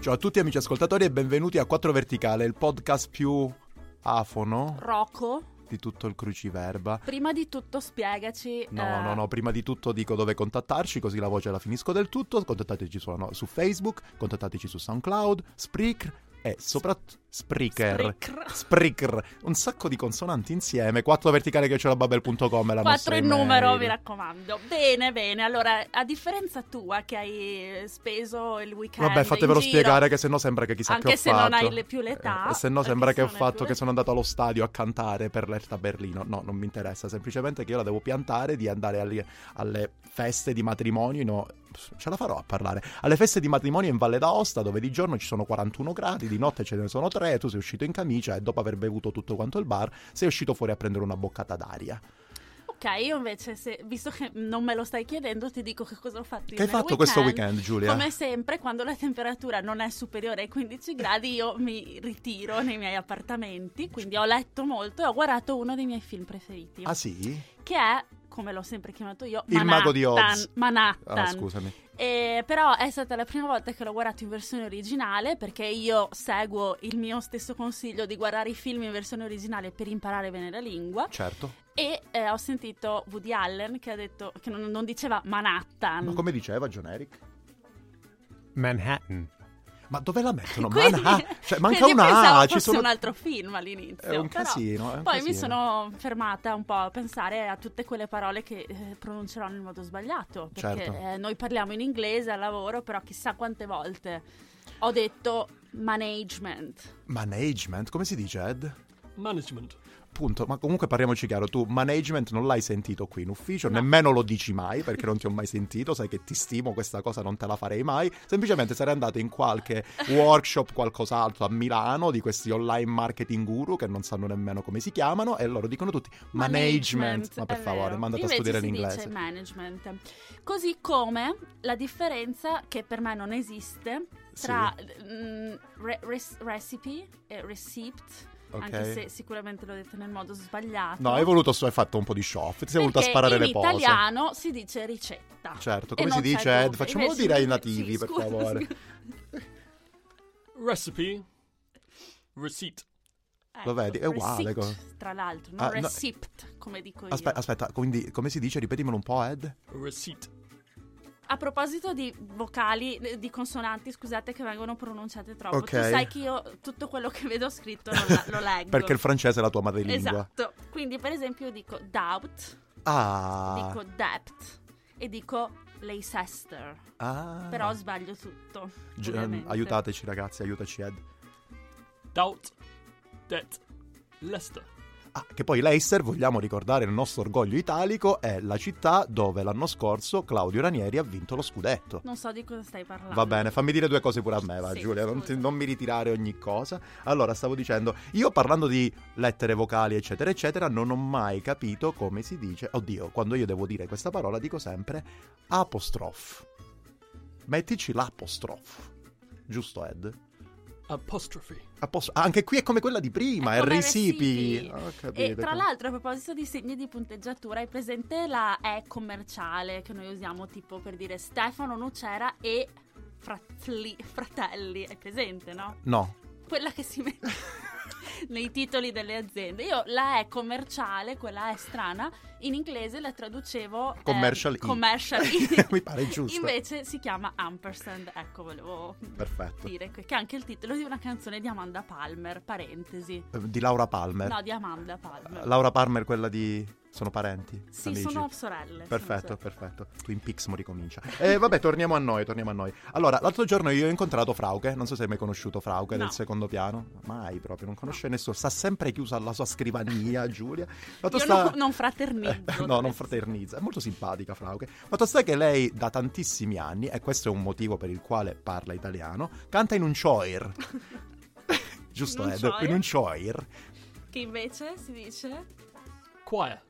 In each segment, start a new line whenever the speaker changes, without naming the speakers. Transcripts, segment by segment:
Ciao a tutti amici ascoltatori e benvenuti a 4 Verticale, il podcast più afono
Rocco,
di tutto il cruciverba.
prima di tutto spiegaci. eh,
No, no, no, prima di tutto dico dove contattarci, così la voce la finisco del tutto. Contattateci sulla no- su Facebook, contattateci su SoundCloud, Spreaker e soprattutto Spreaker. Spreaker, un sacco di consonanti insieme, 4 verticale che c'è la babel.com è la
4
nostra
in numero,
email.
mi raccomando. Bene, bene. Allora, a differenza tua che hai eh, speso il weekend.
Vabbè, fatevelo
in giro,
spiegare che sennò sembra che chissà
Anche
che ho
se
fatto.
non hai le- più l'età,
Eh, se no
perché
sembra
se
che ho
non hai più
fatto che
l'età.
sono andato allo stadio a cantare per l'Erta Berlino. No, non mi interessa, semplicemente che io la devo piantare di andare alle, alle feste di matrimonio. no, ce la farò a parlare. Alle feste di matrimonio in Valle d'Aosta, dove di giorno ci sono 41 gradi, di notte ce ne sono 3, tu sei uscito in camicia e dopo aver bevuto tutto quanto il bar, sei uscito fuori a prendere una boccata d'aria.
Ok, io invece, se- visto che non me lo stai chiedendo, ti dico che cosa ho fatto io
che hai
nel
fatto questo weekend, Giulia?
Come sempre, quando la temperatura non è superiore ai 15 gradi, io mi ritiro nei miei appartamenti. Quindi ho letto molto e ho guardato uno dei miei film preferiti,
Ah sì?
che è, come l'ho sempre chiamato io,
Il
Manhattan.
Mago di Oz.
Manhattan.
Ah, scusami.
E però è stata la prima volta che l'ho guardato in versione originale perché io seguo il mio stesso consiglio di guardare i film in versione originale per imparare bene la lingua
Certo.
e eh, ho sentito Woody Allen che ha detto che non, non diceva Manhattan.
Ma come diceva John Eric?
Manhattan.
Ma dove la mettono?
Quindi-
Manhattan? Cioè, manca
quindi
una
pensavo
A, ci
fosse
sono...
un altro film all'inizio.
È un
però
casino, è un
Poi mi
casino.
sono fermata un po' a pensare a tutte quelle parole che eh, pronuncerò nel modo sbagliato. Perché
Certo.
eh, noi parliamo in inglese al lavoro, però chissà quante volte ho detto management.
Management, come si dice Ed?
Management.
Punto, ma comunque parliamoci chiaro, tu management non l'hai sentito qui in ufficio,
No.
nemmeno lo dici mai perché non ti ho mai sentito, sai che ti stimo, questa cosa non te la farei mai, semplicemente sarei andato in qualche workshop, qualcos'altro a Milano di questi online marketing guru che non sanno nemmeno come si chiamano e loro dicono tutti management, ma per
è
favore
vero.
mandate a
Invece
studiare
si
l'inglese.
Dice management. Così come la differenza che per me non esiste
Sì.
tra mm, re- res- recipe e receipt.
Ok.
Anche se sicuramente l'ho detto nel modo sbagliato.
No, hai voluto, hai fatto un po' di show off, ti sei voluta
Perché
sparare
in
le pose.
italiano si dice ricetta.
Certo,
E
come si
non c'è
dice,
il
Ed?
dubbio.
Facciamolo
Invece
dire ai
sì,
nativi, per
scusa,
favore.
scusa.
Recipe. Receipt.
Lo vedi? È uguale,
receipt,
co-
Ecco, Tra l'altro,
Ah,
non
no.
receipt, come dico io.
Aspetta, aspetta, quindi come si dice? Ripetimelo un po', Ed.
Receipt.
A proposito di vocali, eh, di consonanti, scusate che vengono pronunciate troppo.
Ok.
Tu sai che io tutto quello che vedo scritto lo, la- lo leggo.
Perché il francese è la tua madrelingua.
Esatto. Quindi, per esempio, io dico doubt,
Ah.
dico debt e dico Leicester.
ah.
Però sbaglio tutto.
Gi- ehm,
ovviamente.
aiutateci ragazzi, aiutaci Ed.
Doubt. Debt. Leicester.
Ah, che poi Leicester, vogliamo ricordare il nostro orgoglio italico, è la città dove l'anno scorso Claudio Ranieri ha vinto lo scudetto.
Non so di cosa stai parlando.
Va bene, fammi dire due cose pure a me, va
Sì,
Giulia, non, ti-
scusa.
non mi ritirare ogni cosa. Allora, stavo dicendo, io parlando di lettere vocali, eccetera, eccetera, non ho mai capito come si dice. Oddio, quando io devo dire questa parola dico sempre apostrof. Mettici l'apostrof. Giusto, Ed?
Apostrophe.
Apos- ah, anche qui è come quella di prima,
È
è,
come
recipi.
recipi.
Ah, ho capito,
E tra
come-
l'altro, a proposito di segni di punteggiatura, hai presente la E commerciale che noi usiamo tipo per dire Stefano Nucera e fratli- fratelli? Hai presente, no?
No,
Quella che si mette nei titoli delle aziende. Io la E commerciale, quella E strana, in inglese la traducevo eh,
Commercial E.
commercial E.
Mi pare giusto.
Invece si chiama ampersand, ecco, volevo
perfetto.
dire che che è anche il titolo di una canzone di Amanda Palmer, parentesi.
Eh, Di Laura Palmer.
No, di Amanda Palmer.
Laura Palmer, quella di... Sono parenti?
Sì,
Amici?
sono sorelle.
Perfetto,
sono
perfetto. Twin Peaks mo ricomincia. Eh, vabbè, torniamo a noi, torniamo a noi. Allora, l'altro giorno io ho incontrato Frauke, non so se hai mai conosciuto Frauke
No.
del secondo piano. Mai proprio, non conosce nessuno. Sta sempre chiusa alla sua scrivania, Giulia. La tua
sorelle. Io
sta-
non, non fraternizzo.
Eh, no, non fraternizza, è molto simpatica Frauke. Fatto sta che lei da tantissimi anni, e questo è un motivo per il quale parla italiano, canta in un choir. Giusto,
In un
Ed?
choir?
In un choir.
Che invece si dice
Choir.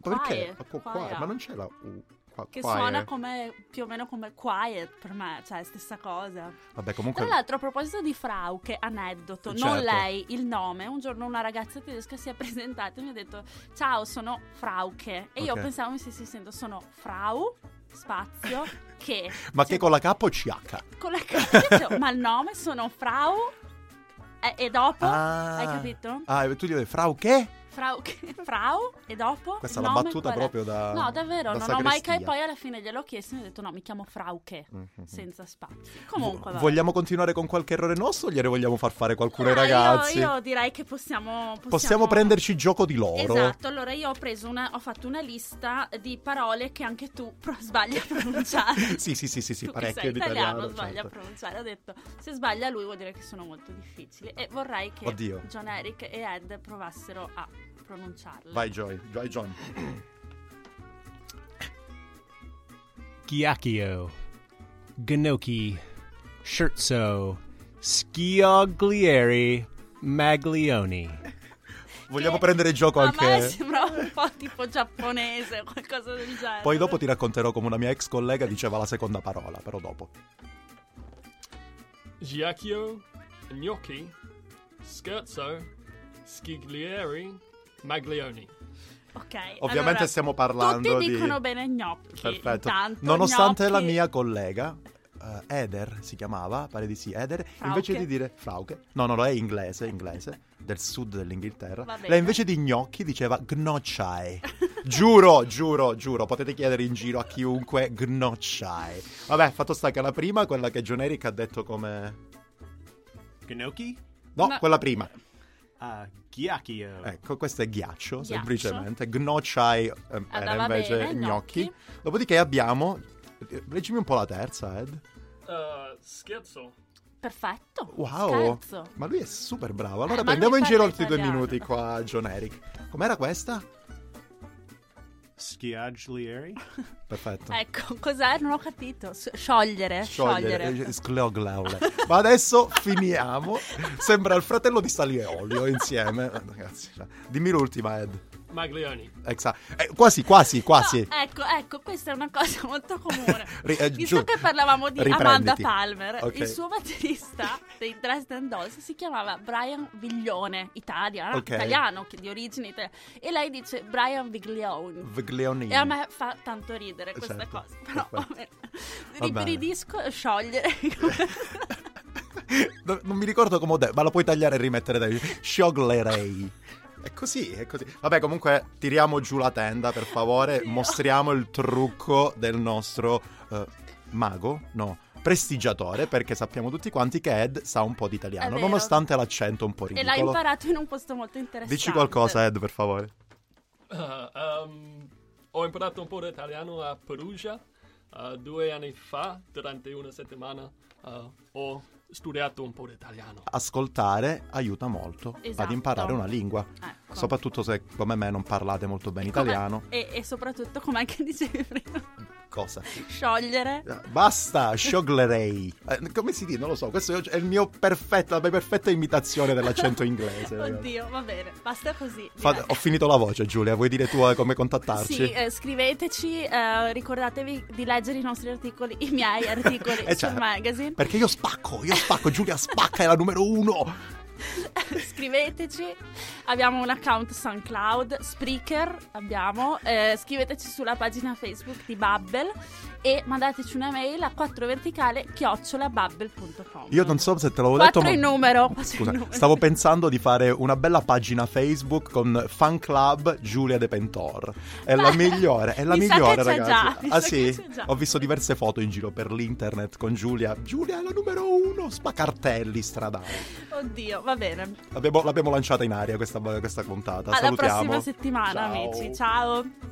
Perché?
Choir,
Ma co-
choir.
Ma non c'è la U. Qua-
che
choir.
suona come più o meno come quiet per me, cioè stessa cosa.
Vabbè, comunque...
Tra l'altro, a proposito di Frauke, aneddoto, non
Certo.
lei, il nome. Un giorno una ragazza tedesca si è presentata e mi ha detto: Ciao, sono Frauke. E io
Ok.
pensavo mi stessi dicendo: Sono Frau spazio che Cioè,
Ma che con la K o CH?
con la cazzo, ma il nome sono Frau e, e dopo,
Ah.
hai capito?
Ah, tu gli dici Frau che?
Frau, Frau e dopo
Questa
il
è la
nome
battuta
qual è?
proprio da.
No, davvero,
Ehm, da
non ho mai
sagrestia.
e poi alla fine gliel'ho chiesto e mi ho detto no, mi chiamo Frauke,
Mhm.
senza spazio. Comunque,
Vo-
va.
vogliamo continuare con qualche errore nostro o gliene vogliamo far fare qualcuno ai
Ah, io-
ragazzi?
Io, direi che possiamo... Possiamo,
Possiamo prenderci gioco di loro.
Esatto, allora io ho, preso una, ho fatto una lista di parole che anche tu pro- sbagli a pronunciare.
Sì, sì, sì, sì, sì,
tu che
parecchio
sei
in italiano.
italiano, sbaglia
certo.
a pronunciare. Ho detto, se sbaglia lui vuol dire che sono molto difficili. E vorrei che
Oddio.
John Eric e Ed provassero a pronunciarle.
Vai, Joy. Vai, John.
Giacchio, Gnocchi, Scherzo, Schioglieri, Maglioni.
Vogliamo prendere gioco
a me
anche.
sembra un po' tipo giapponese o qualcosa del genere.
Poi dopo ti racconterò come una mia ex collega diceva la seconda parola, però dopo.
Giacchio, gnocchi, scherzo, sciglieri, maglioni.
Ok.
Ovviamente
allora,
stiamo parlando
Tutti
di-
dicono bene gnocchi.
Perfetto.
intanto,
Nonostante
gnocchi-
la mia collega, eh, Eder si chiamava, pare di sì, Eder, invece di dire Frauke, no, no, no, è inglese, inglese, del sud dell'Inghilterra,
Va bene.
lei invece di gnocchi diceva gnocciai. Giuro, giuro, giuro, potete chiedere in giro a chiunque gnocciai. Vabbè, fatto sta che la prima, quella che John Eric ha detto come...
Gnocchi?
No,
No.
quella prima.
Uh, Giacchio.
Ecco, questo è ghiaccio,
Ghiaccio.
semplicemente. Gnocciai eh, era
Ah, va
invece
bene,
gnocchi.
gnocchi.
Dopodiché abbiamo... eh, Leggimi un po' la terza, Ed.
Uh, scherzo.
Perfetto.
Wow,
Scherzo.
ma lui è super bravo.
Eh,
Allora
ma
prendiamo
lui
in giro
parla
altri due
italiano.
minuti qua, John Eric. Com'era questa?
Schioglieri?
Perfetto.
Ecco, cos'è? Non ho capito. S- Sciogliere. Sciogliere.
eh, scloglaule. Ma adesso finiamo. Sembra il fratello di Sali e Olio insieme. Ragazzi, cioè, dimmi l'ultima, Ed.
Maglioni.
Exa- eh, quasi, quasi, quasi.
No, ecco, ecco, questa è una cosa molto comune.
Ri- eh,
Visto
giù.
che parlavamo di Amanda
Riprenditi.
Palmer,
Ok.
il suo batterista dei Dresden Dolls si chiamava Brian Viglione, Italia,
Ok.
italiano, che- di origine italiana. E lei dice Brian Viglione.
Vgleonini.
E a me fa tanto ridere questa
Mm. Certo,
cosa. Però
perfetto.
vabbè.
Va bene.
ribridisco e sciogliere.
No, Non mi ricordo come ho detto, ma la puoi tagliare e rimettere dai. Scioglerei. È così, è così. Vabbè, comunque tiriamo giù la tenda, per favore.
Oddio.
Mostriamo il trucco del nostro eh, mago, no, prestigiatore, perché sappiamo tutti quanti che Ed sa un po' di
È
italiano,
vero.
nonostante l'accento un po'
e l'ha
ridicolo.
imparato in un posto molto interessante.
Dici qualcosa, eh? Ed, per favore.
Uh, um, ho imparato un po' di italiano a Perugia uh, due anni fa, durante una settimana. uh, ho studiato un po' di italiano.
Ascoltare aiuta molto ad
Esatto.
imparare una lingua.
Ecco.
Soprattutto se, come me, non parlate molto bene
Come-
italiano.
E, e soprattutto, come anche dicevi prima,
Cosa?
sciogliere.
Basta, scioglerei. Eh, come si dice? Non lo so. Questo è il mio perfetto, la mia perfetta imitazione dell'accento inglese. ragazzi.
Oddio, va bene, basta così.
Fa-
direi.
ho finito la voce, Giulia. Vuoi dire tu eh, come contattarci?
Sì, eh, scriveteci, eh, ricordatevi di leggere i nostri articoli, i miei articoli
Eh,
sul
certo.
magazine.
Perché io spacco, io spacco, Giulia spacca, è la numero uno.
scriveteci, abbiamo un account SoundCloud, Spreaker abbiamo, eh, scriveteci sulla pagina Facebook di Bubble e mandateci una mail a 4 verticale chiocciolabubble.com.
Io non so se te l'avevo detto,
Quattro
ma...
in numero, quattro
Scusa,
in numero.
stavo pensando di fare una bella pagina Facebook con fan club Giulia De Pentor. È la
Beh,
migliore, è la
mi sa che
migliore,
c'è già,
ragazzi.
mi
ah,
sa
sì?
che c'è già.
Ho visto diverse foto in giro per l'internet con Giulia. Giulia è la numero uno, spacartelli stradali.
Oddio, va bene.
Abbiamo- l'abbiamo lanciata in aria questa, questa puntata.
Alla
Salutiamo.
prossima settimana,
Ciao.
amici. Ciao.